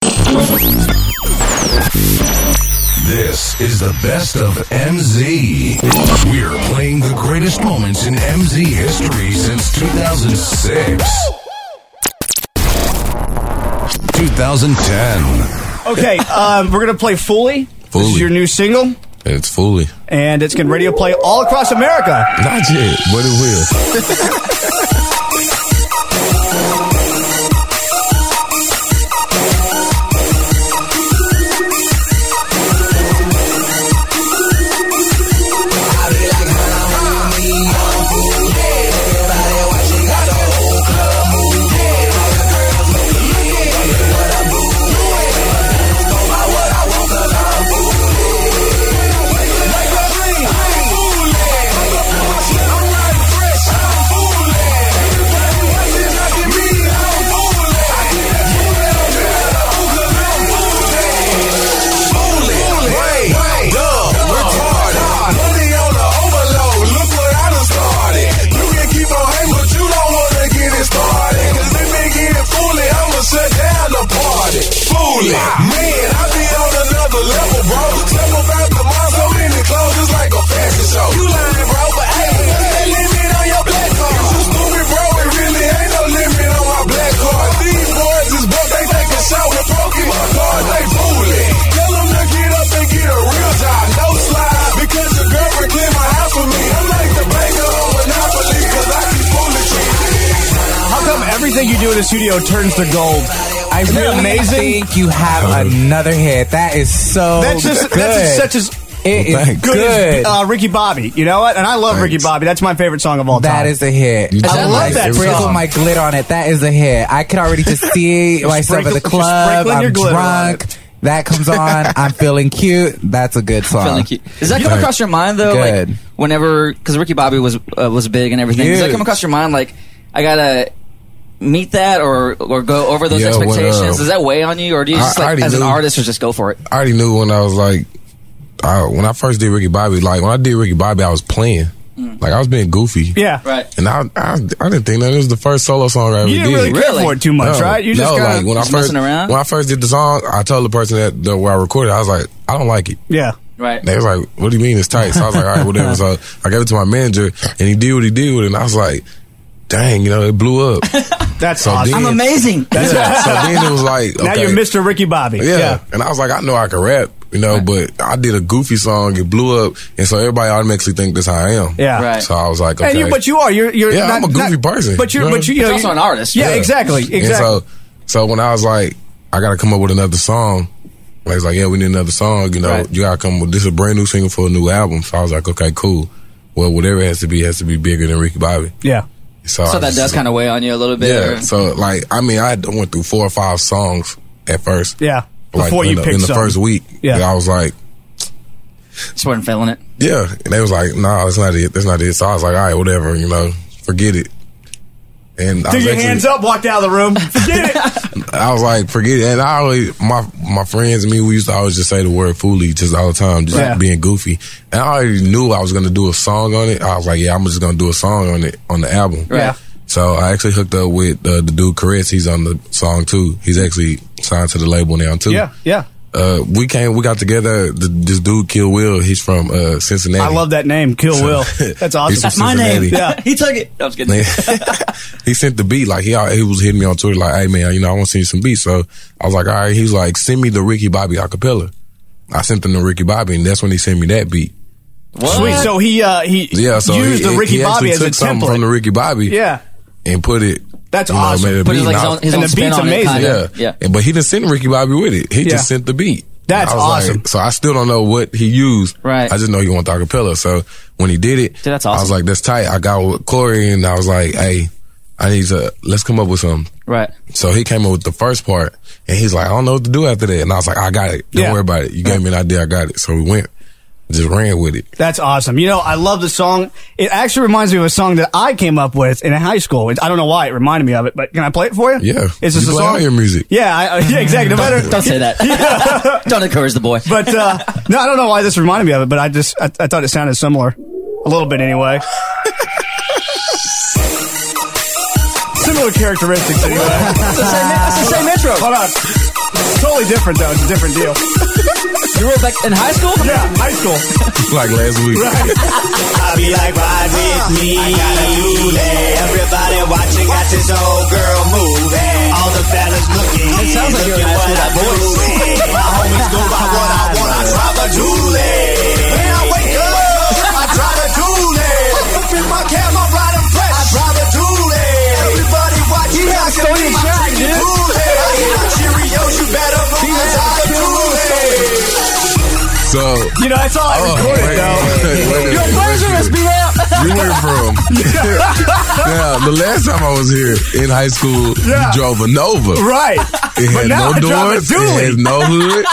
This is the best of MZ. We're playing the greatest moments in MZ history since 2006. 2010. Okay, um, we're gonna play "Fully." This Foolie. is your new single, It's fully. and it's gonna radio play all across America. Not yet, but it will. Man, I be on another level, bro. Step up out the mall, so many clothes, it's like a fashion show. You lying, bro, but hey, there's that limit on your black card. You too stupid, bro, it really ain't no limit on my black card. These boys is broke, they take a shower with broken. My God, they fooling. Tell them to get up and get a real job, no slide. Because your girl would clear my house for me. I'm like the banker on Monopoly, cause I keep fooling you. How come everything you do in the studio turns to gold? Oh, I Isn't that really amazing? think you have another hit. That is so That's just good. that's as- such as It is Thanks. good, as good. uh, Ricky Bobby. You know what? And I love Ricky Thanks. Bobby. That's my favorite song of all time. That is a hit. You I just- love I that Sprinkle song. my glit on it. That is a hit. I could already just see myself at sprinkle- the just club. sprinkling your I'm glitter on drunk. That comes on. I'm feeling cute. That's a good song. Feeling cute. Does that come Right. across your mind though? Good. Like whenever, because Ricky Bobby was uh, was big and everything. Does that Huge. come across your mind? Like I gotta meet that or or go over those Yeah, when, expectations. uh, Does that weigh on you, or do you I- just I like already as an knew. artist, or just go for it? I already knew when I was like, I, when I first did Ricky Bobby, like when I did Ricky Bobby, I was playing. Like I was being goofy. Mm. yeah. Right. And I, I, I didn't think that it was the first solo song I ever You didn't really, did. care Really? for it too much, No, right? You just no, kinda, like when Just I first messing around? when I first did the song, I told the person that, that where I recorded, I was like, I don't like it. yeah. Right. They was like, "What do you mean it's tight?" So I was like, "All right, whatever." so I gave it to my manager, and he did what he did with it. And I was like, "Dang, you know, it blew up." That's So awesome. then- I'm amazing. Yeah. so then it was like, now okay. you're Mr. Ricky Bobby. Yeah. and I was like, I know I can rap, you know, but I did a goofy song, it blew up, and so everybody automatically think that's how I am. Yeah. Right. So I was like, okay, And you, but you are. You're. you're Yeah, not, I'm a goofy not- person, But you're. you know? But you. you know, He's also you- an artist. Yeah, exactly. And Exactly. so, so when I was like, I got to come up with another song. Like, it's like, yeah, we need another song. You know, Right. you got to come with this is a brand new single for a new album. So I was like, okay, cool. Well, whatever it has to be has to be bigger than Ricky Bobby. Yeah. So, So that does kind of weigh on you a little bit. yeah. or- So like, I mean, I had- went through four or five songs at first. Yeah. Like, Before in you the, pick in the something. first week, Yeah. yeah, I was like, just wasn't feeling it. yeah, and they was like, nah, that's not it, that's not it. So I was like, all right, whatever, you know, forget it. And I Threw was your actually- hands up, walked out of the room. Forget it. I was like, forget it. And I always, my my friends and me, we used to always just say the word "foolie" just all the time, just Yeah. being goofy. And I already knew I was gonna do a song on it. I was like, yeah, I'm just gonna do a song on it on the album. Yeah. So I actually hooked up with uh, the dude Caress. He's on the song too. He's actually signed to the label now too. Yeah. Yeah. uh, we came, we got together. The, this dude, Kill Will, he's from uh, Cincinnati. I love that name, Kill Will. That's awesome. He's from Cincinnati. Yeah. he took it. No, I was kidding. Man, he sent the beat. Like he al- he was hitting me on Twitter, like, "Hey man, you know I want to send you some beats." So I was like, "All right." He was like, "Send me the Ricky Bobby acapella." I sent him the Ricky Bobby, and that's when he sent me that beat. What? Sweet. So he uh, he Yeah, so used he, the Ricky he Bobby actually as a took something template. from the Ricky Bobby, yeah. and put it. That's you know, awesome. made a Put beat, his, like, and his I- own, his And own the spin beat's on it. amazing. yeah, Kinda. Yeah. And, but he didn't send Ricky Bobby with it. He Yeah. just sent the beat. That's I was awesome. Like, so I still don't know what he used. Right. I just know he wanted the acapella. So when he did it, Dude, that's I was awesome. like, "That's tight." I got with Corey, and I was like, "Hey, I need to let's come up with something." Right. So he came up with the first part, and he's like, I don't know what to do after that. And I was like, I got it. Don't Yeah. worry about it. You gave me an idea, I got it. So we went, just ran with it. That's awesome. You know, I love the song. It actually reminds me of a song that I came up with in high school. It- I don't know why it reminded me of it, but can I play it for you? Yeah. Is this You a play song? all your music. Yeah, I, yeah, exactly. No matter, Don't say that. Don't encourage the boy. But uh, no, I don't know why this reminded me of it, but I just I, I thought it sounded similar, a little bit anyway. similar characteristics anyway. That's the same, that's the same intro. Hold on, totally different though. It's a different deal. You were back in high school? Yeah, high school. Like last week. I'll be like, ride with me. I gotta do that. Everybody watching got this old girl moving. All the fellas looking. It sounds like you're in high school, that voice. My homies go by what I want. I try to do that. When I wake up, I try to do that. Flip my camera, ride and press. I try to do that. Everybody watching. I can be my drinking cool that. I hear the Cheerios, you better move. I try to do that. So. You know, that's all I Oh, recorded though. wait, wait, wait, wait, wait, wait. You went from yeah. The last time I was here in high school, Yeah. you drove a Nova. Right, It but had now no I drive a doors. dually. It had no hood.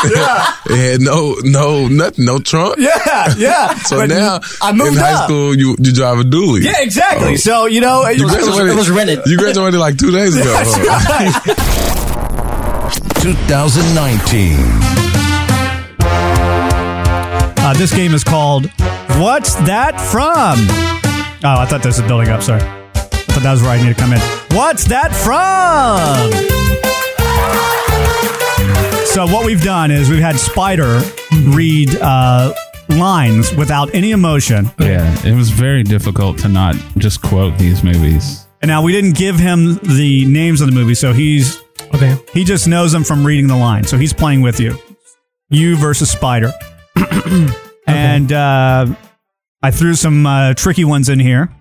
it had no no nothing. No trunk. Yeah, yeah. So But now I moved in high up. school, you you drive a dually. Yeah, exactly. Oh. So you know, You was- graduated, Oh. it was rented. You graduated like two days ago. That's right. 2019. Uh, this game is called What's That From? Oh, I thought this was building up. Sorry. I thought that was where I needed to come in. What's That From? So, what we've done is we've had Spider read uh, lines without any emotion. Yeah, it was very difficult to not just quote these movies. And now we didn't give him the names of the movie, so he's Okay. He just knows them from reading the line. So he's playing with you. You versus Spider. And uh, I threw some uh, tricky ones in here.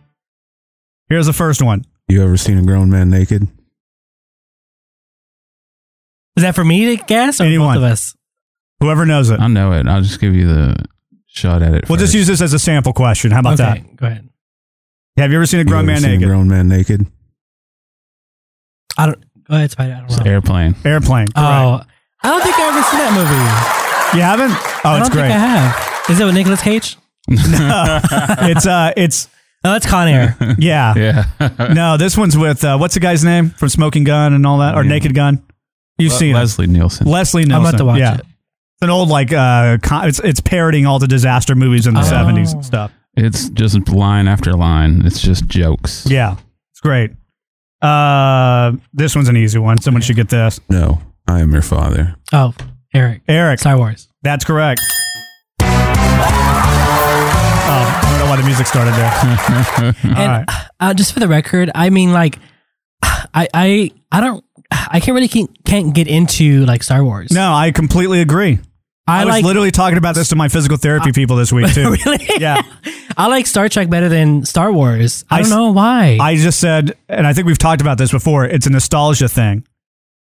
Here's the first one. You ever seen a grown man naked? Is that for me to guess or Anyone. both of us? Whoever knows it. I know it. I'll just give you the shot at it. We'll just first. use this as a sample question. How about okay, go ahead. that? Have you ever seen a grown you ever man seen naked? A grown man naked. I don't. Go ahead, Spider. I don't It's know. airplane. Airplane. Correct. Oh, I don't think I've ever seen that movie. You haven't? I Oh, don't it's think I great. have. Is it with Nicolas Cage? It's uh, it's No, that's Con Air. yeah. Yeah. No, this one's with uh, what's the guy's name from Smoking Gun and all that, or Yeah. Naked Gun? You've seen it. Leslie Nielsen. Leslie I'm Nielsen. about to watch yeah. it. It's an old like uh, con- it's it's parodying all the disaster movies in the Oh. seventies and stuff. it's just line after line. It's just jokes. Yeah, it's great. Uh, this one's an easy one. Someone should get this. No, I am your father. Oh, Eric. Eric, Star Wars. that's correct. Oh, I don't know why the music started there. and uh, just for the record, I mean, like, I, I, I don't, I can't really can, can't get into like Star Wars. No, I completely agree. I, I, was like Uh, literally talking about this to my physical therapy people this week too. really. Yeah. I like Star Trek better than Star Wars. I, I don't s- know why. I just said, and I think we've talked about this before. It's a nostalgia thing.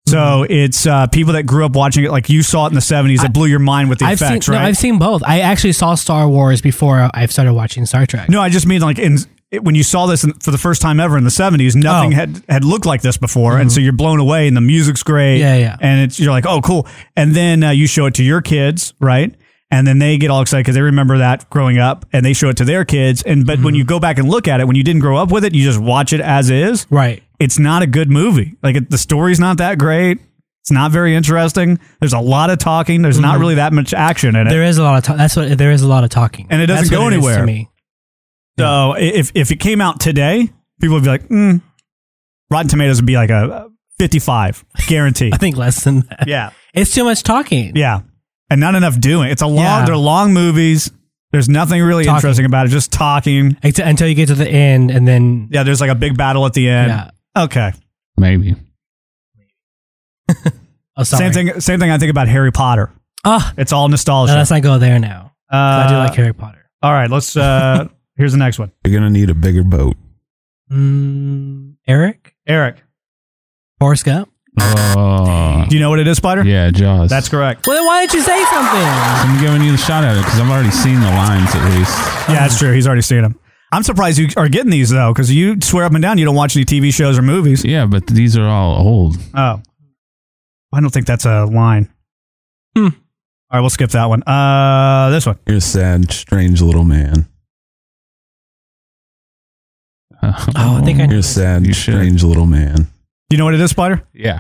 So Mm-hmm. it's uh, people that grew up watching it, like you saw it in the seventies, it blew your mind with the I've effects, seen right? no, I've seen both. I actually saw Star Wars before I started watching Star Trek. No, I just mean like in it- when you saw this in, for the first time ever in the seventies, nothing Oh. Mm-hmm. had had looked like this before, and so you're blown away, and the music's great, Yeah, yeah. and it's you're like, oh, cool, and then uh, you show it to your kids, right? And then they get all excited because they remember that growing up, and they show it to their kids. And but Mm-hmm. when you go back and look at it, when you didn't grow up with it, you just watch it as is. Right. It's not a good movie. Like it, the story's not that great. It's not very interesting. There's a lot of talking. There's Mm-hmm. not really that much action in it. There is a lot of ta- that's what there is a lot of talking, And it doesn't That's go what is anywhere. to me. So i- if if it came out today, people would be like, mm, Rotten Tomatoes would be like a uh, 55 guarantee. I think less than that. yeah, It's too much talking. yeah. and not enough doing. It's a long. They're long movies. There's nothing really Talking. interesting about it. Just talking until you get to the end, and then yeah, there's like a big battle at the end. Okay. Maybe. same thing. Oh, Same thing. I think about Harry Potter. Oh, Ah, it's all nostalgia. Uh, No, let's not go there now. 'Cause I do like Harry Potter. All right. Let's. Uh, here's the next one. You're gonna need a bigger boat. Mm, Eric. Eric. Forrest Gump. Oh. Do you know what it is, Spider? Yeah, Jaws. That's correct. Well, then why didn't you say something? I'm giving you the shot at it because I've already seen the lines at least. Yeah, that's true. He's already seen them. I'm surprised you are getting these though, because you swear up and down you don't watch any TV shows or movies. Yeah, but these are all old. Oh, I don't think that's a line. Hmm. All right, we'll skip that one. Uh, this one. You're a sad, strange little man. Oh, I think I know You're a sad, strange little man. Do you know what it is, Spider? Yeah.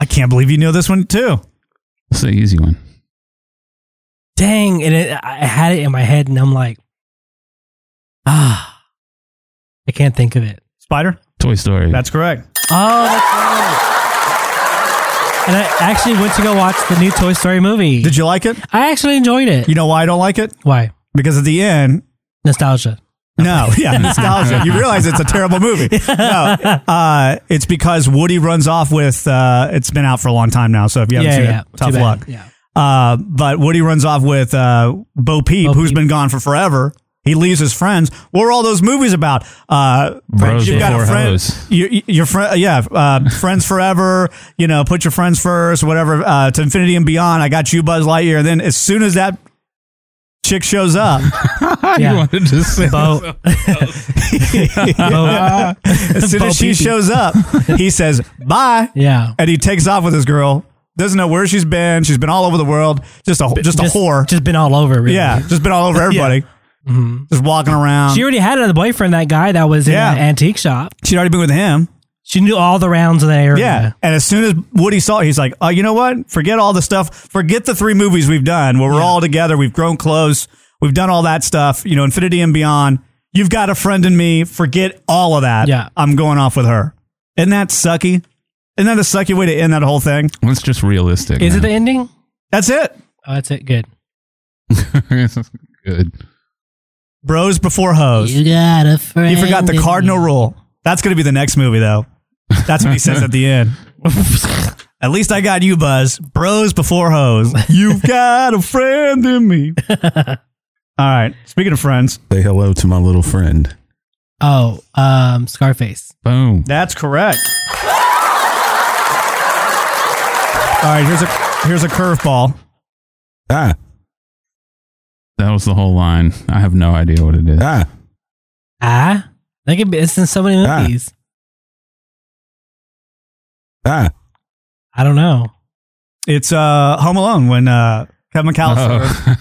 I can't believe you know this one too. It's the easy one. Dang, and it, I had it in my head, and I'm like, ah, I can't think of it. Spider. Toy Story. That's correct. Oh, that's right. And I actually went to go watch the new Toy Story movie. Did you like it? I actually enjoyed it. You know why I don't like it? Why? Because at the end, Nostalgia. no, yeah, nostalgia. You realize it's a terrible movie. No, uh, it's because Woody runs off with. Uh, it's been out for a long time now, so if you haven't yeah, seen yeah. it, Too tough bad. luck. Yeah. Uh, but Woody runs off with uh, Bo Peep, Bo who's Peep. been gone for forever. He leaves his friends. What were all those movies about? Uh, Bros Before friend, Hoes. your, your friend, yeah, uh, friends forever. You know, put your friends first, whatever. Uh, to infinity and beyond. I got you, Buzz Lightyear. And then as soon as that chick shows up, Yeah. You wanted to say Bo, as soon Bo as she Peep. shows up, he says bye, yeah. and he takes off with his girl. Doesn't know where she's been. She's been all over the world. Just a just a whore. Just been all over, really. Yeah, Mm-hmm. just been all over everybody. Just walking around. She She, already had a boyfriend, that guy that was in Yeah. an antique shop. would already been with him. She knew all the rounds in the area. Yeah. And as soon as Woody saw it, he's like, oh, you know what? Forget all the stuff. Forget the three movies we've done where we're all together. We've grown close. We've done all that stuff, you know, infinity and beyond. You've got a friend in me. Forget all of that. Yeah. I'm going off with her. Isn't that sucky? Isn't that a sucky way to end that whole thing? It's just realistic. Is it the ending? That's it. Oh, that's it. Good. the good? Bros before hoes. got a friend. You forgot the cardinal rule. That's going to be the next movie, though. That's what he says at the end. At least I got you, Buzz. Bros before hoes. You've got a friend in me. All right. Speaking of friends, Say hello to my little friend. Oh, um, Scarface. Boom. that's correct. All right. Here's a here's a curveball. Ah, That was the whole line. I have no idea what it is. ah. Ah, that could be. It's in so many Ah. movies. Ah, I don't know. It's uh, Home Alone when uh, Kevin McAllister.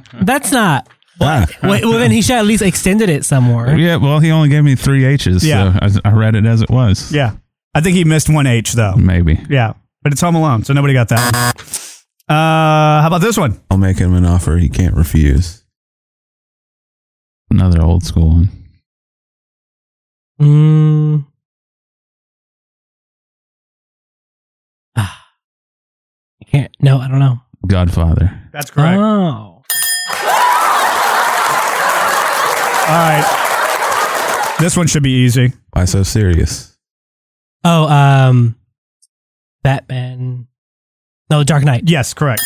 Oh. That's not. ah. Wait, well, then he should at least extended it somewhere. yeah, well, he only gave me three H's, Yeah. so I, I read it as it was. Yeah. I think he missed one H though. Maybe. Yeah. But it's Home Alone, so nobody got that. One. Uh, how about this one? I'll make him an offer he can't refuse. Another old school one. Mm. Ah. I can't. No, I don't know. Godfather. That's correct. Oh, All right. This one should be easy. Why so serious? oh, um, Batman. No, Dark Knight. Yes, correct.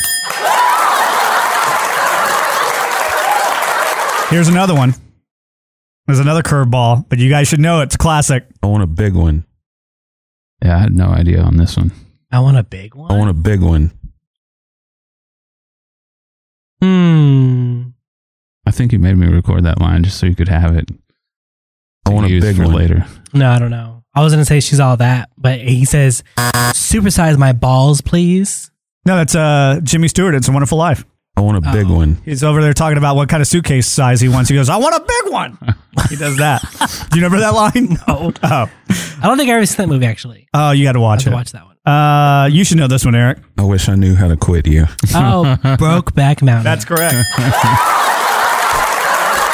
Here's another one. There's another curveball, but you guys should know it's classic. I want a big one. Yeah, I had no idea on this one. I want a big one. I want a big one. Hmm. I think you made me record that line just so you could have it. I want a used big for one. later. No, I don't know. I was gonna say she's all that, but he says, "Supersize my balls, please." No, that's uh, Jimmy Stewart. It's a Wonderful Life. I want a big Oh. one. He's over there talking about what kind of suitcase size he wants. He goes, "I want a big one." He does that. Do you remember that line? No. Oh, I don't think I ever seen that movie actually. oh, you got to I have watch to it. watch that one. Uh, you should know this one, Eric. I wish I knew how to quit you. Oh, Brokeback Mountain. That's correct.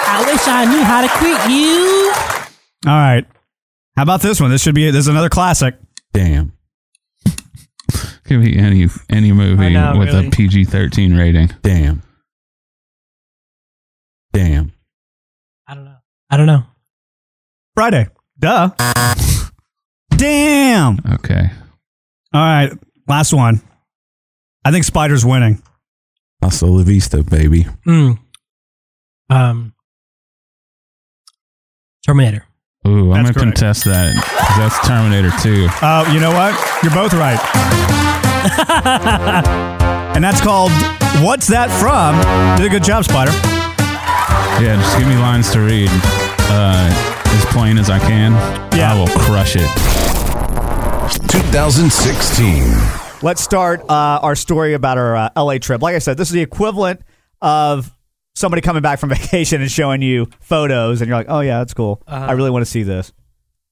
I wish I knew how to quit you. All right. How about this one? This should be. This is another classic. Damn. Could be any any movie know, with really. a PG thirteen rating. Damn. Damn. I don't know. Friday. Duh. Damn. Okay. All right. Last one. I think Spider's winning. Hasta la vista, baby. Mm. Um, Terminator. Ooh, I'm That's gonna correct. contest that. 'cause That's Terminator two. Oh, you know what? You're both right. and that's called What's That From? Did a good job, Spider. Yeah, just give me lines to read. Uh, as plain as I can. Yeah. I will crush it. 2016. Let's start uh, our story about our uh, LA trip. Like I said, this is the equivalent of somebody coming back from vacation and showing you photos, and you're like, oh, yeah, that's cool. I really want to see this.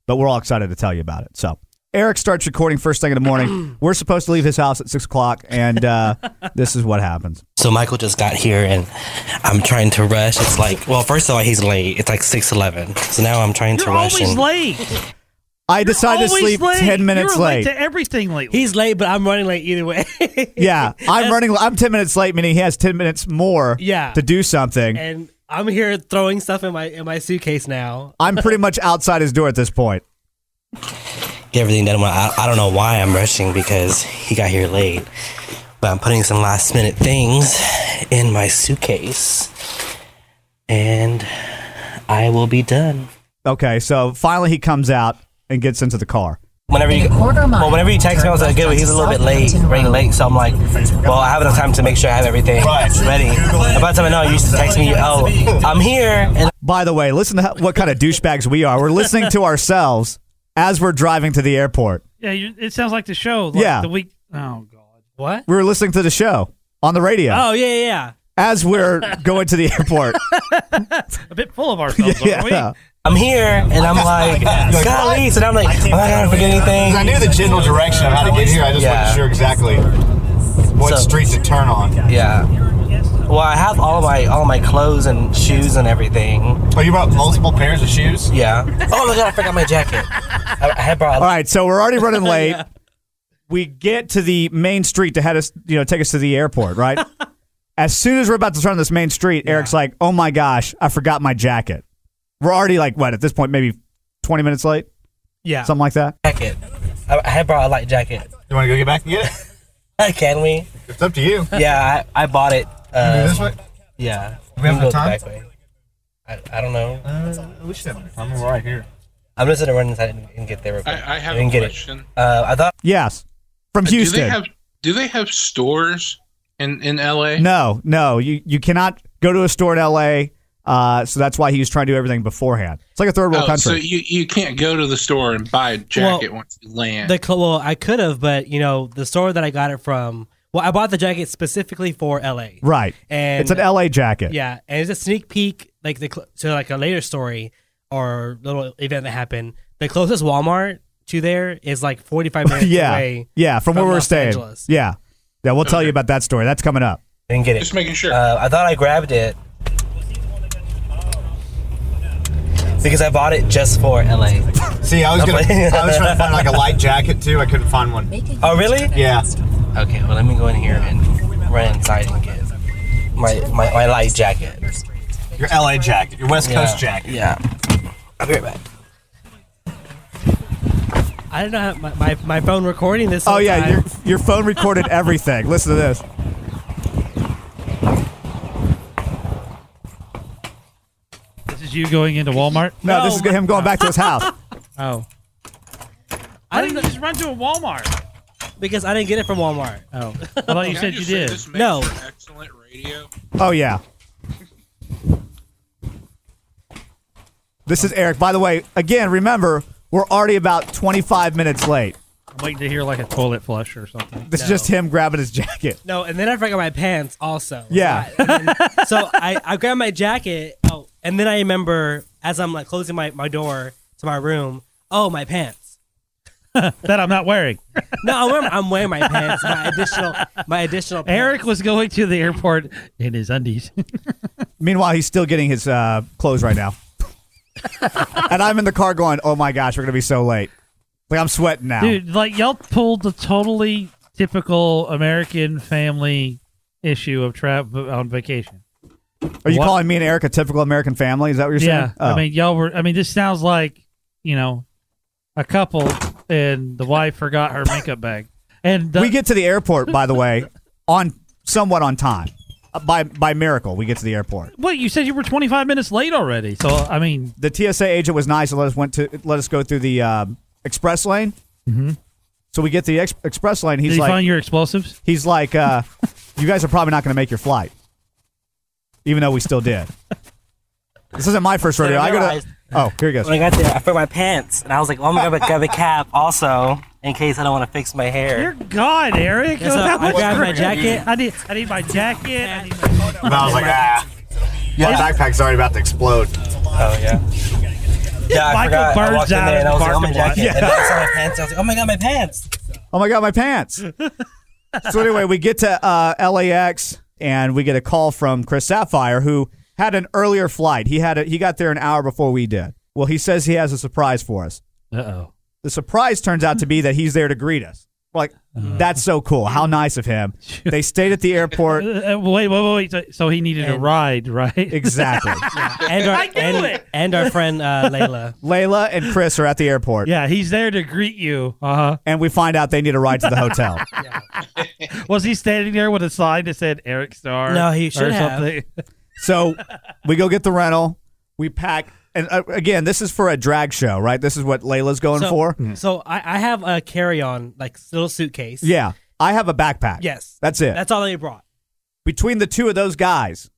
But we're all excited to tell you about it. So Eric starts recording first thing in the morning. we're supposed to leave his house at 6 o'clock, and uh, this is what happens. So Michael just got here and I'm trying to rush. It's like, well, first of all, he's late. It's like 6:11. So now I'm trying to rush Always and late. I decided to Always sleep late. 10 minutes You're late. to everything lately. He's late, but I'm running late either way. yeah, I'm running. I'm 10 minutes late, meaning he has 10 minutes more Yeah. to do something. and I'm here throwing stuff in my in my suitcase now. I'm pretty much outside his door at this point. get everything done. Well, I, I don't know why I'm rushing because he got here late, but I'm putting some last minute things in my suitcase and I will be done. Okay, so finally he comes out and gets into the car. Whenever you, well, whenever you text me, I was like, good, but he's a little bit late, running late. So I'm like, well, I have enough time to make sure I have everything ready. By the time I know, you used to text me, oh, I'm here. And By the way, listen to how, what kind of douchebags we are. We're listening to ourselves as we're driving to the airport. Yeah, you, it sounds like the show. Like Yeah. The week. Oh god. What? We were listening to the show on the radio. Oh, yeah, yeah, yeah. As we're going to the airport. A bit full of ourselves. Yeah. Aren't we? I'm here, and I'm like, golly. So now I'm like, am I gonna forget anything? I knew the general direction of how to get here. I just Yeah. wasn't sure exactly what street to turn on. Yeah. Well, I have all my all my clothes and shoes and everything. Oh, you brought multiple pairs of shoes? Yeah. Oh my god, I forgot my jacket. I, I had brought. All right, so we're already running late. We get to the main street to head us, you know, take us to the airport, right? as soon as we're about to turn this main street, Eric's like, "Oh my gosh, I forgot my jacket." We're already like what at this point, maybe twenty minutes late, Yeah. something like that. jacket. I, I had brought a light jacket. You want to go get back and get it? Can we? It's up to you. Yeah, I, I bought it. Can we Uh, do this way? Yeah. Do we have enough can go the time? Uh, back way. I, I don't know. we should have time. We're right here. I'm just gonna run inside and, and get there. Real quick. I have and a get question. It. Uh, I thought. Yes, from Uh, Houston. Do they have Do they have stores in in L.A.? no, no, you you cannot go to a store in L.A. Uh, so that's why he was trying to do everything beforehand. It's like a third world Oh, country. So you, you can't go to the store and buy a jacket once you land. The cl- well, I could have, but you know, the store that I got it from. Well, I bought the jacket specifically for LA. right, And it's an L.A. jacket. Yeah, and it's a sneak peek, like the cl- to like a later story or little event that happened. The closest Walmart to there is like 45 minutes yeah, away. yeah, from, where we're Los staying. Angeles. Yeah, yeah, we'll tell you about that story. That's coming up. Didn't get it. Just making sure. Uh, I thought I grabbed it because I bought it just for LA. See, I was gonna, I was trying to find like a light jacket too. I couldn't find one. Oh, really? Yeah. Okay, well, let me go in here and run inside and get my my, my light jacket. Your LA jacket, your West Coast Yeah, jacket. Yeah. I'll be right back. I don't know how my, my, my phone recording this. Oh whole yeah, time. your your phone recorded everything. Listen to this. This is you going into Walmart. No, this is him going back to his house. Oh. I didn't just run to a Walmart. because I didn't get it from Walmart. Oh, I thought Can you I said you just did. say this makes No. for excellent radio. Oh yeah. This is Eric. By the way, again, remember we're already about 25 minutes late. I'm waiting to hear like a toilet flush or something. This is just him grabbing his jacket. No, and then I forgot my pants also. Yeah. So I, and then- so I, I grabbed my jacket. Oh, and then I remember as I'm like closing my, my door to my room. Oh, my pants. that I'm not wearing. No, I'm wearing, I'm wearing my pants. My additional my additional. Pants. Eric was going to the airport in his undies. Meanwhile, he's still getting his uh, clothes right now. and I'm in the car going, "Oh my gosh, we're gonna be so late." Like I'm sweating now. Dude, like y'all pulled the totally typical American family issue of trap on vacation. Are you What- calling me and Eric a typical American family? Is that what you're saying? Yeah, Oh. I mean, y'all were. I mean, this sounds like you know, a couple and the wife forgot her makeup bag. And we get to the airport, by the way, on somewhat on time. Uh, By by miracle, we get to the airport. Wait, you said you were 25 minutes late already. So I mean, The TSA agent was nice and let us went to let us go through the um, express lane. Mhm. So we get to the ex- express lane. He's did you like, find your explosives? he's like, uh, you guys are probably not going to make your flight, even though we still did. This isn't my first So rodeo. I go to. realized- Oh, here he goes. When I got there, I put my pants, and I was like, well, I'm gonna grab a cap also in case I don't want to fix my hair. Dear God, Eric. Yes, I- I That was grabbed my great. jacket. I need, I need my jacket. I need And I was like, ah, my backpack's already about to explode. Oh yeah. Yeah, I Michael forgot. I walked in Burns there and I was like, oh my out of jacket. the And then I saw my parking pants. I was like, oh my god, my pants. Oh my god, my pants. so anyway, we get to uh, LAX and we get a call from Chris Sapphire, who had an earlier flight. He had a, he got there an hour before we did. Well, he says he has a surprise for us. Uh oh. The surprise turns out to be that he's there to greet us. We're like, that's so cool. How nice of him. They stayed at the airport. Uh, uh, wait, wait, wait, wait. So, so he needed a ride, right? Exactly. And our, and, and our friend uh, Layla. Layla and Chris are at the airport. Yeah, he's there to greet you. Uh huh. And we find out they need a ride to the hotel. Was he standing there with a sign that said Eric Star? No, he should or have. something? So we go get the rental. We pack. And uh, again, this is for a drag show, right? This is what Layla's going so, for. Mm-hmm. So I, I have a carry on, like little suitcase. Mm. Yeah. I have a backpack. Yes. That's it. That's all they brought. Between the two of those guys,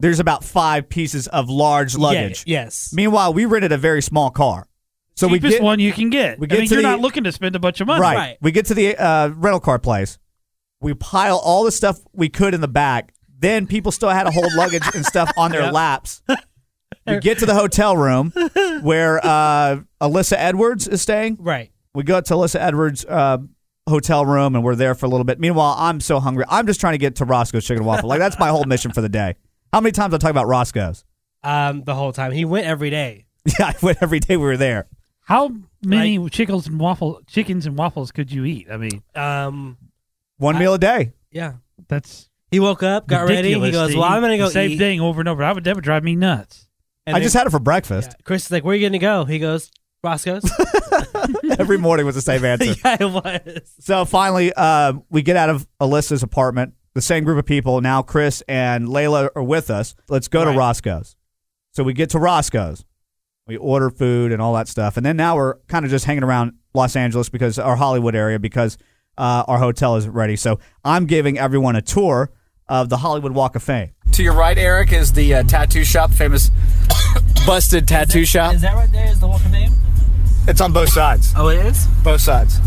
there's about five pieces of large luggage. Yeah, yes. Meanwhile, we rented a very small car. So we Cheapest get one you can get. we I get mean, to you're the- not looking to spend a bunch of money. right. We get to the uh, rental car place. We pile all the stuff we could in the back. Then people still had to hold luggage and stuff on their Yep. laps. We get to the hotel room where uh, Alyssa Edwards is staying. Right. We go to Alyssa Edwards' uh, hotel room and we're there for a little bit. Meanwhile, I'm so hungry. I'm just trying to get to Roscoe's Chicken and Waffle. Like that's my whole mission for the day. How many times I talk about Roscoe's? Um, the whole time he went every day. Yeah, I went every day we were there. How many chickens and waffle chickens and waffles could you eat? I mean, Um, One meal a day. yeah. That's He woke up, got ready. He ridiculous goes, to "Well, I'm eat gonna go the same eat." thing over and over. I would, that would drive me nuts. And I then just had it for breakfast. Chris is like, "Where are you gonna go?" He goes, "Roscoe's." Every morning was the same answer. yeah, it was. So finally, uh, we get out of Alyssa's apartment. The same group of people now. Chris and Layla are with us. Let's go to Roscoe's. So we get to Roscoe's. We order food and all that stuff, and then now we're kind of just hanging around Los Angeles because our Hollywood area because uh, our hotel is ready. So I'm giving everyone a tour of the Hollywood Walk of Fame. To your right, Eric, is the uh, tattoo shop, famous busted tattoo shop. Is that right there? Is the Walk of Fame? It's on both sides. Oh, it is. Both sides.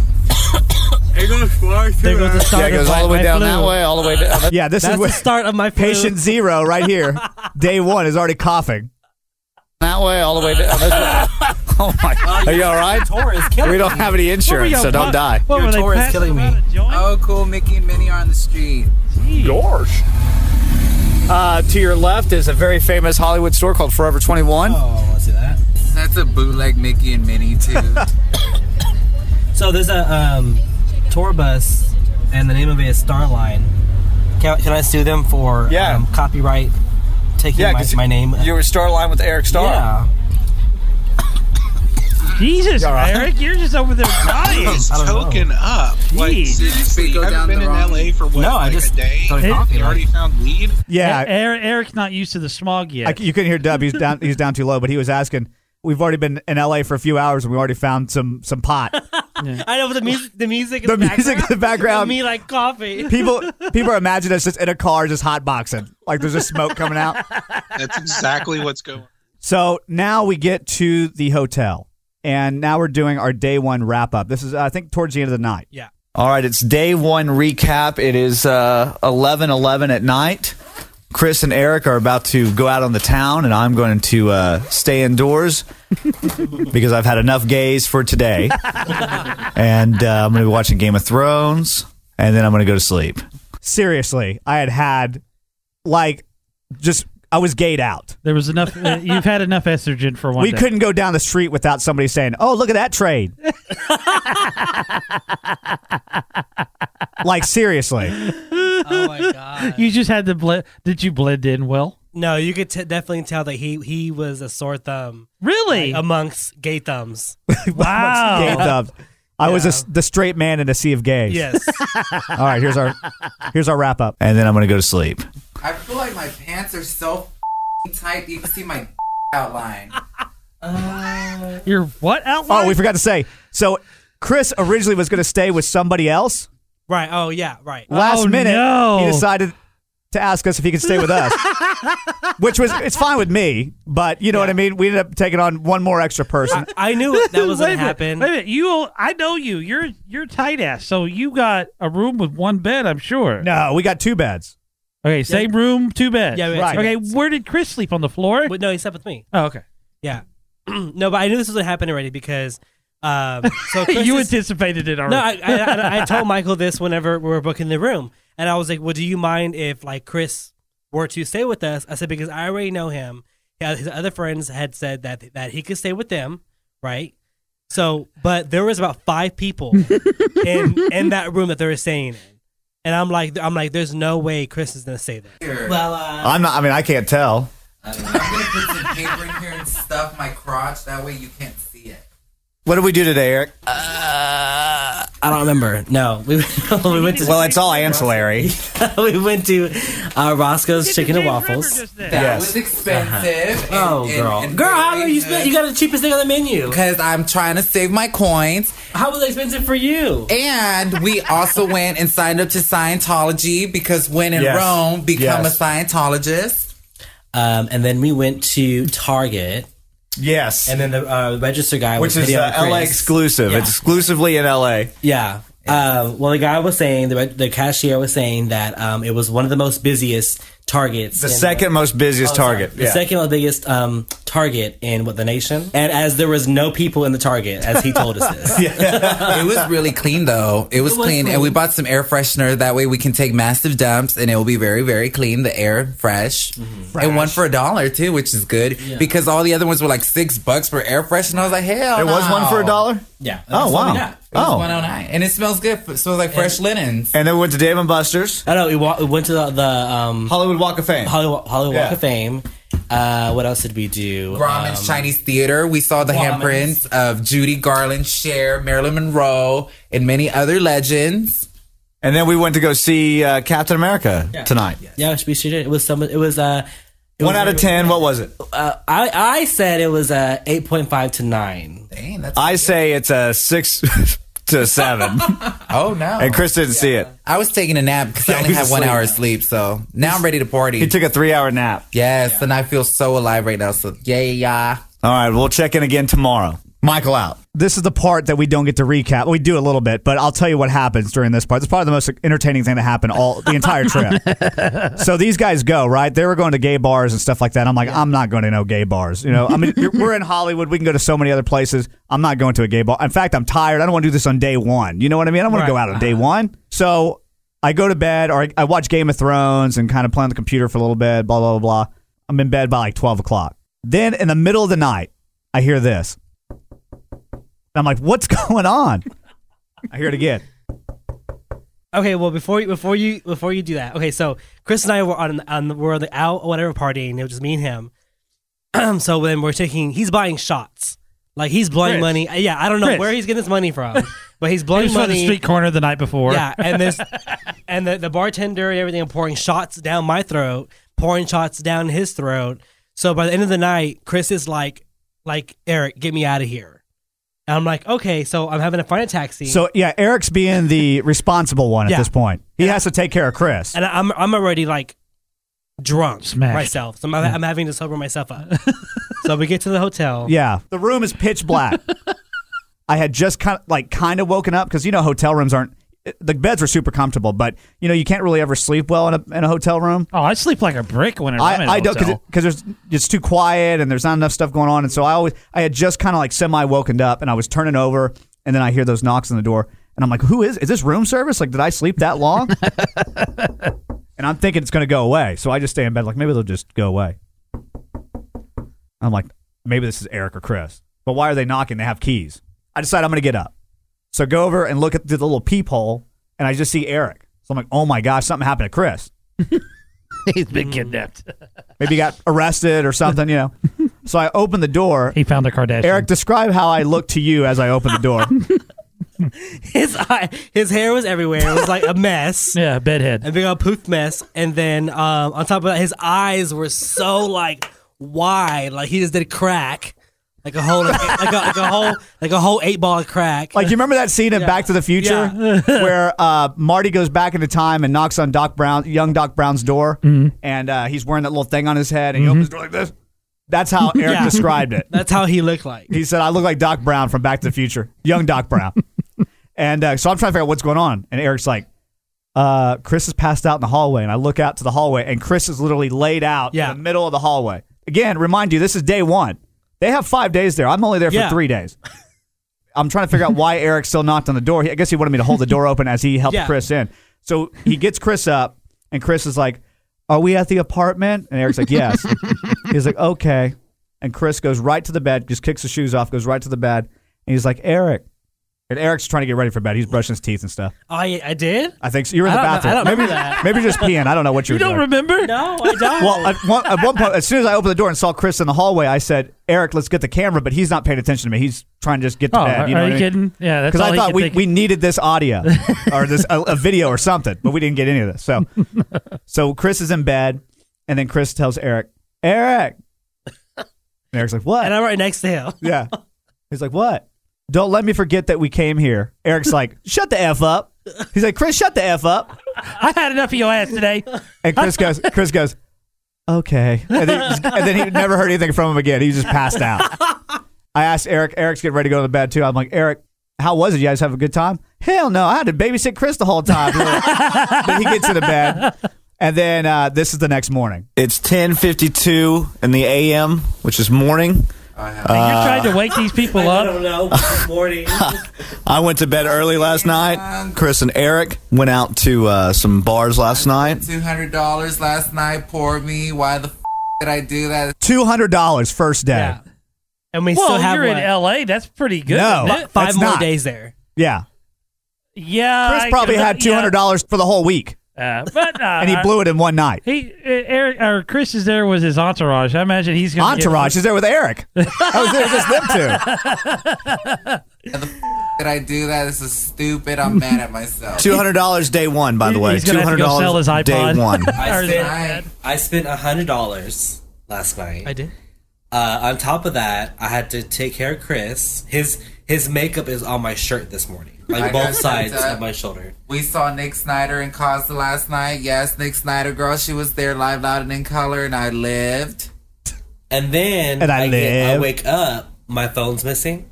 It goes far There goes the start Yeah, it goes of all the my- way my down flu. that way, all the way down. Yeah, this is That's where, the start of my patient zero right here. Day one is already coughing. that way, all the way down. This way. Oh my! Are you all right? We don't have any insurance, so don't die. Your tour is killing me. Oh, cool. Mickey and Minnie are on the street. Gosh. Uh, to your left is a very famous Hollywood store called Forever 21. Oh, I see that. That's a bootleg Mickey and Minnie too. so there's a um, tour bus, and the name of it is Starline. Can, can I sue them for Yeah. um, copyright taking Yeah, my, 'cause my name? you were Starline with Eric Starr. Yeah. Jesus, You all right? Eric, you're just over there dying. He's token up. Like, Jeez. seriously, you haven't been in LA for what, No, I like just a day? started You coughing. already found lead? Yeah. E- Eric, Eric's not used to the smog yet. I c you couldn't hear Dub. He's down. he's down too low. But he was asking. We've already been in LA for a few hours, and we already found some some pot. I know but the music. The music. In The the, music in background, the background. and Me like coffee. People people are imagining us just in a car, just hot boxing. Like there's just smoke coming out. That's exactly what's going on. So now we get to the hotel, and now we're doing our day one wrap up. This is I think towards the end of the night. Yeah. All right, it's day one recap. It is uh, 11 at night. Chris and Eric are about to go out on the town, and I'm going to uh, stay indoors because I've had enough gays for today. and uh, I'm going to be watching Game of Thrones, and then I'm going to go to sleep. Seriously, I had had like just I was gayed out. There was enough. uh, you've had enough estrogen for one. we day. couldn't go down the street without somebody saying, "Oh, look at that trade." like seriously, oh my god! You just had to blend. Did you blend in well? No, you could t- definitely tell that he he was a sore thumb. Really? Like, amongst gay thumbs. Oh. Gay thumbs. I was a s the straight man in a sea of gays. Yes. All right, here's our here's our wrap up, and then I'm gonna go to sleep. I feel like my pants are so tight you can see my outline. Your what outline? Oh, we forgot to say. So Chris originally was going to stay with somebody else. Right. Oh yeah. Right. Last minute, he decided to ask us if he could stay with us, which was it's fine with me. But you know what I mean. We ended up taking on one more extra person. I knew that was Wait a gonna minute, happen. Wait a minute. You, I know you. You're you're tight ass. So you got a room with one bed, I'm sure. No, we got two beds. Okay, same room, two beds. Yeah, we had right. two Okay, where did Chris sleep on the floor? But no, he slept with me. Oh, okay. Yeah. no, but I knew this was gonna happen already because um, so Chris you is- anticipated it already. No, I, I, I, I told Michael this whenever we were booking the room, and I was like, "Well, do you mind if like Chris were to stay with us?" I said because I already know him. Yeah, His other friends had said that that he could stay with them, right? So, but there was about five people in in that room that they were staying in, and I'm like, I'm like, there's no way Chris is gonna stay there. Well, I'm not. I mean, I can't tell. I'm gonna put some paper in here and stuff my crotch. That way you can't see it. What did we do today, Eric? Uh, I don't remember. No, we, we went to. Well, it's all ancillary. we went to uh, Roscoe's Chicken and Waffles. That Uh-huh. was expensive. and- Uh-huh. Oh, and- girl. and girl, very how are you good. spend, You got the cheapest thing on the menu. Because I'm trying to save my coins. How was it expensive for you? And we also went and signed up to Scientology because when in Yes. Rome, become Yes. a Scientologist. Um, and then we went to Target. Yes. And then the uh, register guy, Which was is videoing uh, LA Chris. exclusive. Yeah. It's exclusively in LA. Yeah. Uh, well, the guy was saying the, re- the cashier was saying that um, it was one of the most busiest targets. The in- second most busiest Oh, sorry. target. The second most biggest um, target in what the nation, and as there was no people in the target, as he told us this. it was really clean though. It was, It was clean, clean. and we bought some air freshener. That way, we can take massive dumps, and it will be very, very clean. The air fresh, Mm-hmm. and one for a dollar too, which is good Yeah. because all the other ones were like six bucks for air fresh, and I was like, hell, There was one for a dollar? Yeah. Oh, wow. Oh, Oh. one oh nine, and it smells good. It smells like fresh linens. And then we went to Dave and Buster's. I know. We, wa- we went to the, the um, Hollywood Walk of Fame. Hollywood, Hollywood Walk Yeah. of Fame. Uh, what else did we do? Grauman's Um, Chinese Theater. We saw the Grauman's. handprints of Judy Garland, Cher, Marilyn Monroe, and many other legends. And then we went to go see uh, Captain America tonight. Yeah, we should. It was some. It was uh, it One was- out of ten. What was it? Uh, I I said it was uh, eight point five to nine. Dang, that's I say it's a six to seven. oh no! And Chris didn't see it. I was taking a nap because I only he's had one asleep. hour of sleep, so now I'm ready to party. He took a three-hour nap. Yes, and I feel so alive right now. So yeah, yeah. All right, we'll check in again tomorrow. Michael out. This is the part that we don't get to recap. We do a little bit, but I'll tell you what happens during this part. It's probably the most entertaining thing that happened all the entire trip. so these guys go right. They were going to gay bars and stuff like that. I'm like, I'm not going to no gay bars. You know, I mean, you're- we're in Hollywood. We can go to so many other places. I'm not going to a gay bar. In fact, I'm tired. I don't want to do this on day one. You know what I mean? I don't want to go out on day one. So I go to bed or I, I watch Game of Thrones and kind of play on the computer for a little bit. Blah blah blah. blah. I'm in bed by like 12 o'clock. Then in the middle of the night, I hear this. I'm like, what's going on? I hear it again. Okay, well before you before you before you do that, okay, so Chris and I were on on the were out or whatever partying. It was just me and him. so then we're taking, he's buying shots, like he's blowing Chris. money. Yeah, I don't know Chris. where he's getting this money from, but he's blowing He was from money the street corner the night before. Yeah, and this and the, the bartender and everything pouring shots down my throat, pouring shots down his throat. So by the end of the night, Chris is like, like Eric, get me out of here. And I'm like, okay, so I'm having to find a taxi. So yeah, Eric's being the responsible one at Yeah. this point. He has to take care of Chris. and I'm I'm already like drunk Smashed. myself. So I'm, I'm having to sober myself up. so we get to the hotel. Yeah, the room is pitch black. I had just kind of like kind of woken up because you know hotel rooms aren't the beds were super comfortable, but you know you can't really ever sleep well in a, in a hotel room. Oh, I sleep like a brick when I'm in a I, I don't hotel. because there's it's too quiet and there's not enough stuff going on, and so I always I had just kind of like semi woken up and I was turning over, and then I hear those knocks on the door, and I'm like, who is is this room service? Like, did I sleep that long? and I'm thinking it's gonna go away, so I just stay in bed like maybe they'll just go away. I'm like, maybe this is Eric or Chris. But why are they knocking? They have keys. I decide I'm going to get up. So I go over and look at the little peephole, and I just see Eric. So I'm like, oh my gosh, something happened to Chris. He's been Mm. kidnapped. Maybe he got arrested or something, you know. So I open the door. He found a Kardashian. Eric, describe how I look to you as I open the door. his eye, his hair was everywhere. It was like a mess. yeah, bedhead. A big old poof mess. And then um, on top of that, his eyes were so like wide, like he just did a crack, like a whole, like, a, like a whole, like a whole eight ball of crack. Like you remember that scene in Yeah. Back to the Future Yeah. where uh, Marty goes back into time and knocks on Doc Brown, young Doc Brown's door, and uh, he's wearing that little thing on his head, and he opens the door like this. That's how Eric Yeah. described it. That's how he looked like. He said, "I look like Doc Brown from Back to the Future, young Doc Brown." and uh, so I'm trying to figure out what's going on, and Eric's like, uh, "Chris is passed out in the hallway," and I look out to the hallway, and Chris is literally laid out in the middle of the hallway. Again, remind you, this is day one. They have five days there. I'm only there for Yeah. three days. I'm trying to figure out why Eric still knocked on the door. He- I guess he wanted me to hold the door open as he helped Yeah. Chris in. So he gets Chris up, and Chris is like, Are we at the apartment? And Eric's like, Yes. he's like, Okay. And Chris goes right to the bed, just kicks his shoes off, goes right to the bed, and he's like, Eric. And Eric's trying to get ready for bed. He's brushing his teeth and stuff. Oh, I, I did. I think so. You're in I the don't know- bathroom. I don't maybe, remember that. maybe just peeing. I don't know what you, were doing. remember? No, I don't. Well, at one, at one point, as soon as I opened the door and saw Chris in the hallway, I said, "Eric, let's get the camera." But he's not paying attention to me. He's trying to just get to Oh, bed. You are know what you I mean? kidding? Yeah, that's because all I he thought could we, think- we needed this audio or this a, a video or something, but we didn't get any of this. So, so Chris is in bed, and then Chris tells Eric, "Eric," and Eric's like, "What?" And I'm right next to him. Yeah. He's like, what? Don't let me forget that we came here. Eric's like, shut the F up. He's like, Chris, shut the F up. I had enough of your ass today. And Chris goes, Chris goes, okay. And then, and then he never heard anything from him again. He just passed out. I asked Eric, Eric's getting ready to go to bed too. I'm like, Eric, how was it? You guys have a good time? Hell no. I had to babysit Chris the whole time. then he gets into bed. And then uh, this is the next morning. It's 10:52 in the a.m., which is morning. You're Uh, trying to wake these people up. I don't know. Morning. I went to bed early last night. Chris and Eric went out to uh, some bars last night. Two hundred dollars last night. Poor me. Why the f- did I do that? $200 first day. And we well, still have you're what? in L.A. That's pretty good. No, isn't it? Five that's more not. days there. Yeah. Yeah, Chris I- probably had yeah. $200 for the whole week. Uh, but uh, and he blew it in one night. He uh, Eric or Chris is there with his entourage. I imagine he's gonna Entourage get, is there with Eric. I was there with just them two. Did I do that? This is stupid. I'm mad at myself. Two hundred dollars day one, by the way. He's Two gonna have hundred to go sell dollars his day iPod. one. Or I his spent, I spent $100 last night. I did. Uh, on top of that, I had to take care of Chris. His his makeup is on my shirt this morning, I like got both sides picked up. of my shoulder. We saw Nick Snyder in Costa last night. Yes, Nick Snyder girl. She was there live, loud, and in color, and I lived. And then And I Get, live. I wake up, my phone's missing.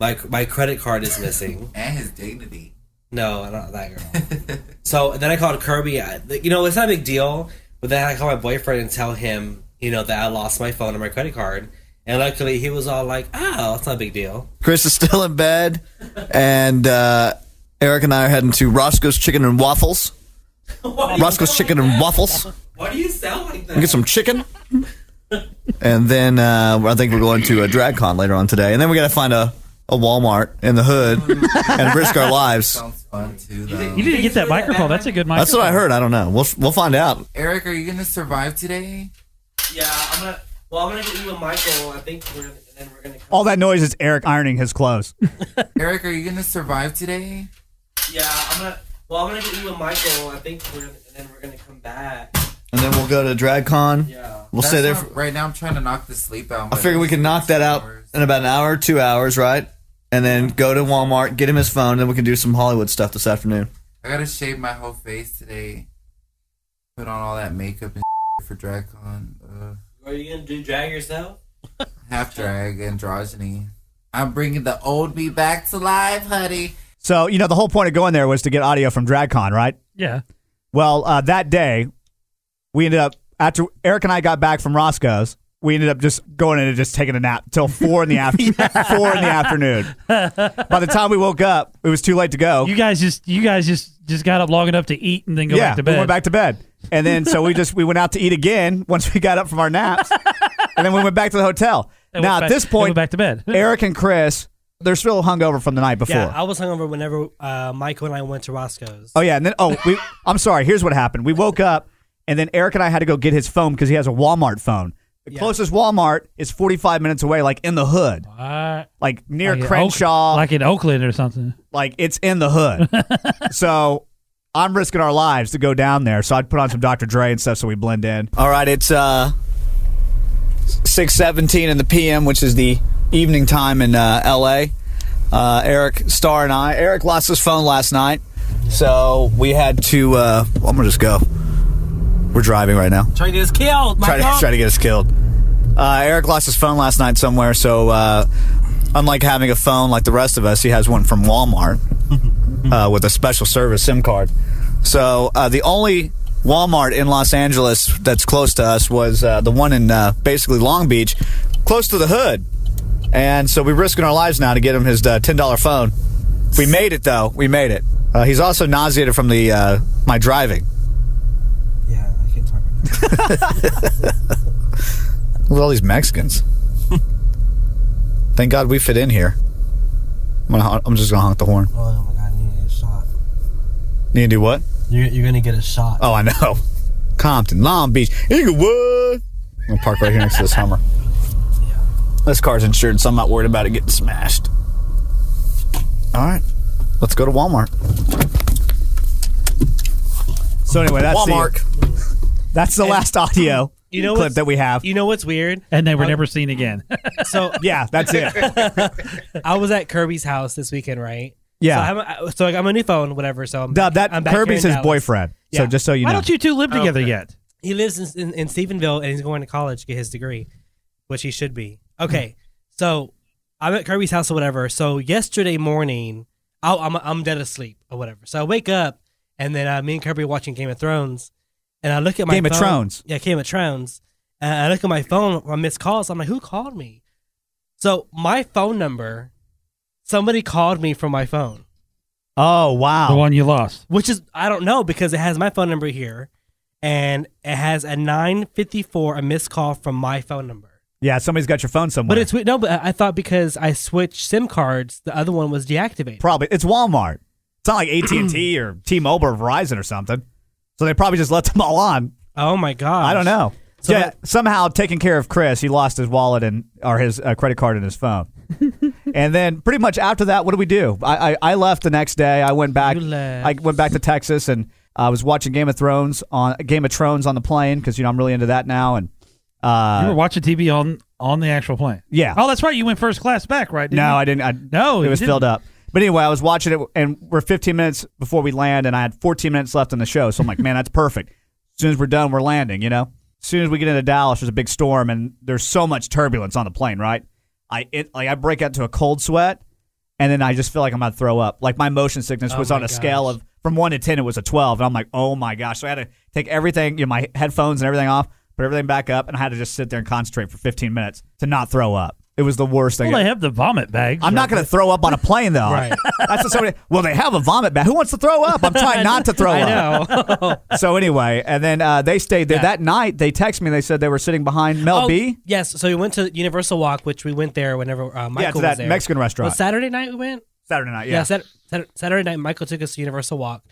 My my credit card is missing. and his dignity. No, I'm not that girl. so then I called Kirby. I, you know, it's not a big deal. But then I call my boyfriend and tell him, you know, that I lost my phone and my credit card. And luckily, he was all like, "Oh, it's not a big deal." Chris is still in bed, and uh, Eric and I are heading to Roscoe's Chicken and Waffles. Roscoe's Chicken and Waffles. Why do you sound like Get some chicken. and then uh, I think we're going to a drag con later on today. And then we got to find a, a Walmart in the hood and risk our lives. You need to get that microphone. That's a good microphone. That's what I heard. I don't know. We'll, we'll find out. Eric, are you gonna survive today? Yeah, I'm gonna. Well, I'm gonna get you and Michael. I think we're. And then we're gonna. All that noise is Eric ironing his clothes. Eric, are you gonna survive today? Yeah, I'm gonna. Well, I'm gonna get you and Michael. I think we're. And then we're gonna come back. And then we'll go to drag con. Yeah. We'll That's stay there. not- For, right now, I'm trying to knock the sleep out. I figure we can knock that out in about an hour, two hours, right? And then go to Walmart, get him his phone, then we can do some Hollywood stuff this afternoon. I gotta shave my whole face today. Put on all that makeup and for DragCon. Are you gonna do drag yourself? Uh, half drag, androgyny. I'm bringing the old me back to life, honey. So, you know, the whole point of going there was to get audio from DragCon, right? Yeah. Well, uh, that day, we ended up, after Eric and I got back from Roscoe's, we ended up just going in and just taking a nap till four in the after four in the afternoon. By the time we woke up, it was too late to go. You guys just you guys just just got up long enough to eat and then go yeah, back to we bed. went back to bed, and then so we just we went out to eat again once we got up from our naps, and then we went back to the hotel. And now went at back- this and point, went back to bed. Eric and Chris, they're still hungover from the night before. Yeah, I was hungover whenever uh, Michael and I went to Roscoe's. Oh yeah, and then oh we I'm sorry, here's what happened. We woke up and then Eric and I had to go get his phone because he has a Walmart phone. The closest Walmart is 45 minutes away, like in the hood. Like near Uh, Like in Oak- Crenshaw. Oh, like in Oakland or something. Like it's in the hood. so I'm risking our lives to go down there. So I'd put on some Dr. Dre and stuff so we blend in. All right, it's uh, six seventeen in the PM, which is the evening time in uh, LA. Uh, Eric Starr and I. Eric lost his phone last night, so we had to. Uh, well, I'm gonna just go. We're driving right now. Trying to get us killed, Try to, try to get us killed. Uh, Eric lost his phone last night somewhere, so uh, unlike having a phone like the rest of us, he has one from Walmart uh, with a special service SIM card. So uh, the only Walmart in Los Angeles that's close to us was uh, the one in uh, basically Long Beach, close to the hood. And so we're risking our lives now to get him his uh, $10 phone. We made it, though. We made it. Uh, he's also nauseated from the uh, my driving. Look at all these Mexicans. Thank God we fit in here. I'm, gonna, hon- I'm just gonna honk the horn. Oh my god, I need to get a shot. Need to do what? You're, you're gonna get a shot. Oh, I know. Compton, Long Beach, Inglewood. I'm gonna park right here next to this Hummer. This car's insured, so I'm not worried about it getting smashed. All right, let's go to Walmart. So anyway, that's Walmart. the that's the last audio You know clip what's- that we have. You know what's weird? And they Uh, were never seen again. So yeah, that's it. I was at Kirby's house this weekend, right? Yeah. So I'm, I- so like, I'm a new phone, whatever. So I'm Dub, back- that I'm back Kirby's here in his Dallas. boyfriend. So just so you Why know. don't you two live together Okay. yet? He lives in, in, in Stephenville and he's going to college to get his degree, which he should be. Okay, Hmm. so I'm at Kirby's house or whatever. So yesterday morning, I, I'm I'm dead asleep or whatever. So I wake up and then uh, me and Kirby are watching Game of Thrones, and I look at my Game of phone- Thrones. Yeah, Game of Thrones. And I look at my phone, I miss calls. I'm like, who called me? So my phone number, somebody called me from my phone. Oh wow, the one you lost. Which is I don't know because it has my phone number here, and it has a nine fifty four a missed call from my phone number. Yeah, somebody's got your phone somewhere. But it's no, but I thought because I switched SIM cards, the other one was deactivated. Probably it's Walmart. It's not like AT and T or T Mobile or Verizon or something. So they probably just let them all on. Oh my god! I don't know. So yeah, somehow taking care of Chris, he lost his wallet and or his uh, credit card and his phone. and then pretty much after that, what do we do? I, I I left the next day. I went back. left. I went back to Texas and I was watching Game of Thrones on Game of Thrones on the plane because you know I'm really into that now. And uh, you were watching TV on on the actual plane. Yeah. Oh, that's right. You went first class back, right? No, you? I didn't. I, No, it you was didn't. filled up. But anyway, I was watching it, and we're 15 minutes before we land, and I had 14 minutes left on the show. So I'm like, man, that's perfect. As soon as we're done, we're landing. You know, as soon as we get into Dallas, there's a big storm, and there's so much turbulence on the plane. Right? I it like I break out to a cold sweat, and then I just feel like I'm about to throw up. Like my motion sickness Oh was on a my scale of from one to 10, it was a 12, and I'm like, oh my gosh. So I had to take everything, you know, my headphones and everything off, put everything back up, and I had to just sit there and concentrate for 15 minutes to not throw up. It was the worst thing. Well, they have the vomit bags. I'm not going to throw up on a plane, though. Right. That's what somebody. Well, they have a vomit bag. Who wants to throw up? I'm trying not to throw I up. Oh, so anyway, and then uh, they stayed there that night. They texted me. They said they were sitting behind Mel Oh, B. Yes, so we went to Universal Walk, which we went there whenever uh, to Michael that was there. Mexican restaurant. Was Saturday night we went. Saturday night, yeah. yeah. Sat- Sat- Saturday night, Michael took us to Universal Walk.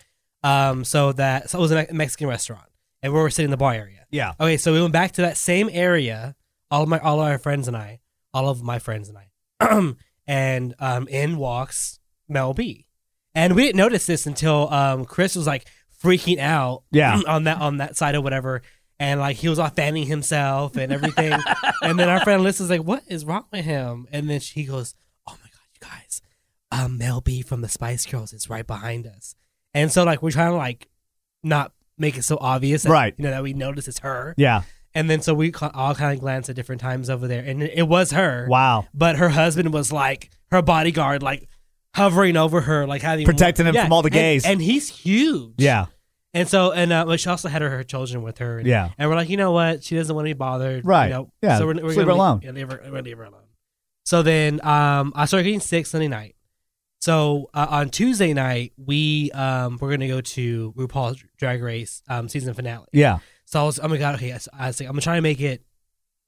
Um, so that so it was a Me- Mexican restaurant, and we were sitting in the bar area. Yeah. Okay, so we went back to that same area. All of my all of our friends and I, all of my friends and I, and um, in walks Mel B, and we didn't notice this until um, Chris was like freaking out. Yeah. on that on that side or whatever. And like he was all fanning himself and everything, and then our friend Alyssa's like, "What is wrong with him?" And then she goes, "Oh um, Mel B from the Spice Girls is right behind us. And so like we're trying to like not make it so obvious, that, Right. You know that we notice it's her. Yeah. And then so we ca- all kind of glance at different times over there, and it it was her. Wow. But her husband was like her bodyguard, like hovering over her, like having Protecting him from all the and- gays. And, he's huge. Yeah. And so and uh, but she also had her, her children with her. And, Yeah. And we're like, you know what? She doesn't want to be bothered. Right. You know? Yeah. So we're, we're Just leave her gonna alone. Yeah, leave her, we're gonna leave her alone. So then um, I started getting sick Sunday night. So uh, on Tuesday night, we um, we're gonna go to RuPaul's Drag Race um, season finale. Yeah. So I was, oh my god, okay, I, s- I was like, I'm gonna try to make it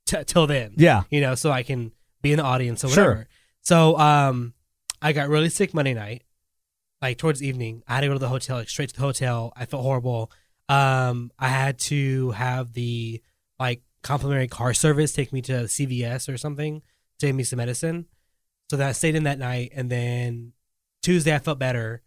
t- till then. Yeah. you know, so I can be in the audience or Sure. whatever. So um, I got really sick Monday night, like towards the evening. I had to go to the hotel, like straight to the hotel. I felt horrible. Um, I had to have the like complimentary car service take me to CVS or something, to give me some medicine. So then I stayed in that night, and then Tuesday I felt better,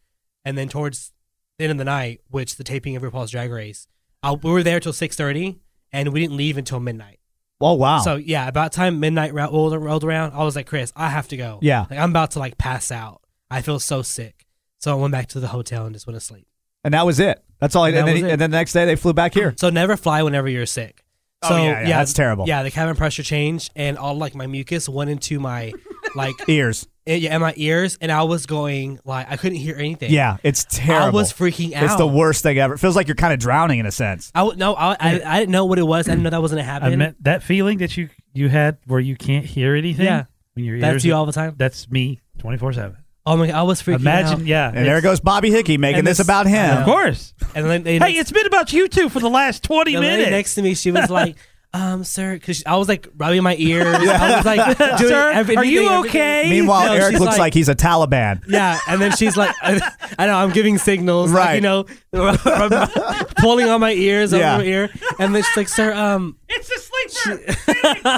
and then towards the end of the night, which the taping of RuPaul's Drag Race, I, we were there till six thirty, and we didn't leave until midnight. Oh wow. So yeah, about time midnight ra- rolled, rolled around, I was like, Chris, I have to go. Yeah. like, I'm about to like pass out. I feel so sick. So I went back to the hotel and just went to sleep. and that was it. That's all. I, And and, that then, was it. and then the next day they flew back here. So never fly whenever you're sick. Oh, So yeah, yeah, that's terrible. Yeah, the cabin pressure changed, and all like my mucus went into my like ears. yeah, and my ears, and I was going like I couldn't hear anything. Yeah, it's terrible. I was freaking out. It's the worst thing ever. It feels like you're kind of drowning in a sense. I would no, I, I, I didn't know what it was. I didn't know that was gonna happen. I meant that feeling that you you had where you can't hear anything. Yeah. when your ears That's you are- all the time? That's me, twenty four seven. Oh my! God, I was freaking Imagine, out. yeah. And there goes Bobby Hickey making and this, this- about him. I know. Of course. And then they Hey, it's been about you two for the last twenty the minutes. lady next to me, she was like, um, sir, because I was like rubbing my ears. I was like, doing Sir, every- are you everything, everything. okay? Meanwhile, No, Eric she's looks like, he's a Taliban. yeah, and then she's like, I know I'm giving signals, right? you know, pulling on my ears Yeah. over my ear, and then she's like, "Sir, um, it's a sleeper."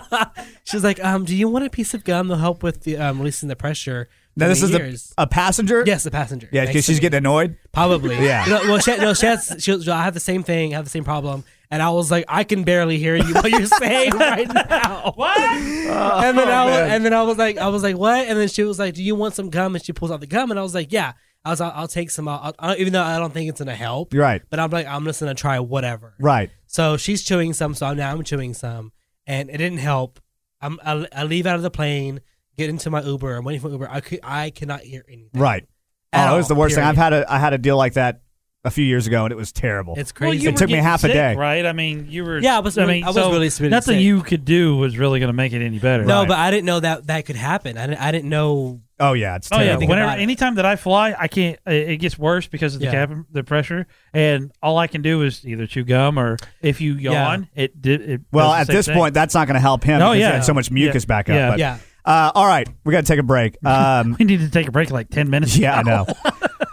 she's like, "Um, do you want a piece of gum to help with the um, releasing the pressure?" Now, from this the is a- ears?" a passenger. Yes, a passenger. Yeah, Next because to she's me. getting annoyed. Probably. Yeah. No, well, she, no, she has. She, she, I have the same thing. I have the same problem. And I was like, I can barely hear you what you're saying right now. what? and then Oh, I was, and then I was like, I was like, what? And then she was like, Do you want some gum? And she pulls out the gum, and I was like, Yeah. I was, I'll, I'll take some. I'll, I'll, even though I don't think it's gonna help. You're right. But I'm like, I'm just gonna try whatever. Right. So she's chewing some. So now I'm chewing some, and it didn't help. I'm, I, I leave out of the plane, get into my Uber. I'm waiting for Uber. I could, I cannot hear anything. Right. At oh, it was all, the worst period. thing. I've had a I had a deal like that a few years ago, and it was terrible. It's Well, you it were took me getting half a sick, day. right? I mean, you were. Yeah, I was really- mean, I was so really sweet and Nothing sick. you could do was really going to make it any better. No, but I didn't know that that could happen. I didn't, I didn't know. Oh yeah, it's Oh yeah, anything whenever about it. anytime that I fly, I can't. It it gets worse because of the Yeah. cabin, the pressure, and all I can do is either chew gum or if you yawn, it did. It Well, does the at same this thing. point, that's not going to help him. No, because he yeah. had so much mucus Yeah. back up. Yeah. but- Yeah. Uh, all right, we got to take a break. Um, we need to take a break, like ten minutes. Yeah, I know.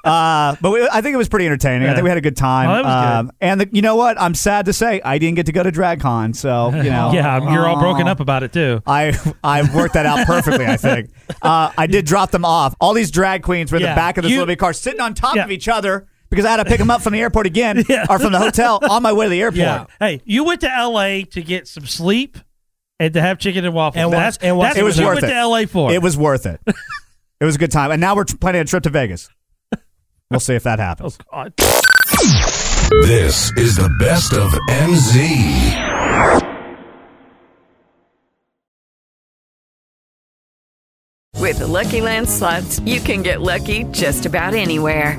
uh, but we, I think it was pretty entertaining. I Yeah. think we had a good time. um, Oh, that was good. And the, you know what? I'm sad to say I didn't get to go to DragCon, so you know. yeah, I'm- you're all broken Aw. up about it too. I I worked that out perfectly. I think uh, I did drop them off. All these drag queens were in Yeah. the back of this You- little big car, sitting on top of each other because I had to pick them up from the airport again, or from the hotel on my way to the airport. Yeah. Hey, you went to L.A. to get some sleep and to have chicken and waffles. And watch- that's, and watch that's it what was you worth went it. to L.A. for. It was worth it. it was a good time, and now we're t- planning a trip to Vegas. We'll see if that happens. Oh, God. This is the best of MZ. With the Lucky Land slots, you can get lucky just about anywhere.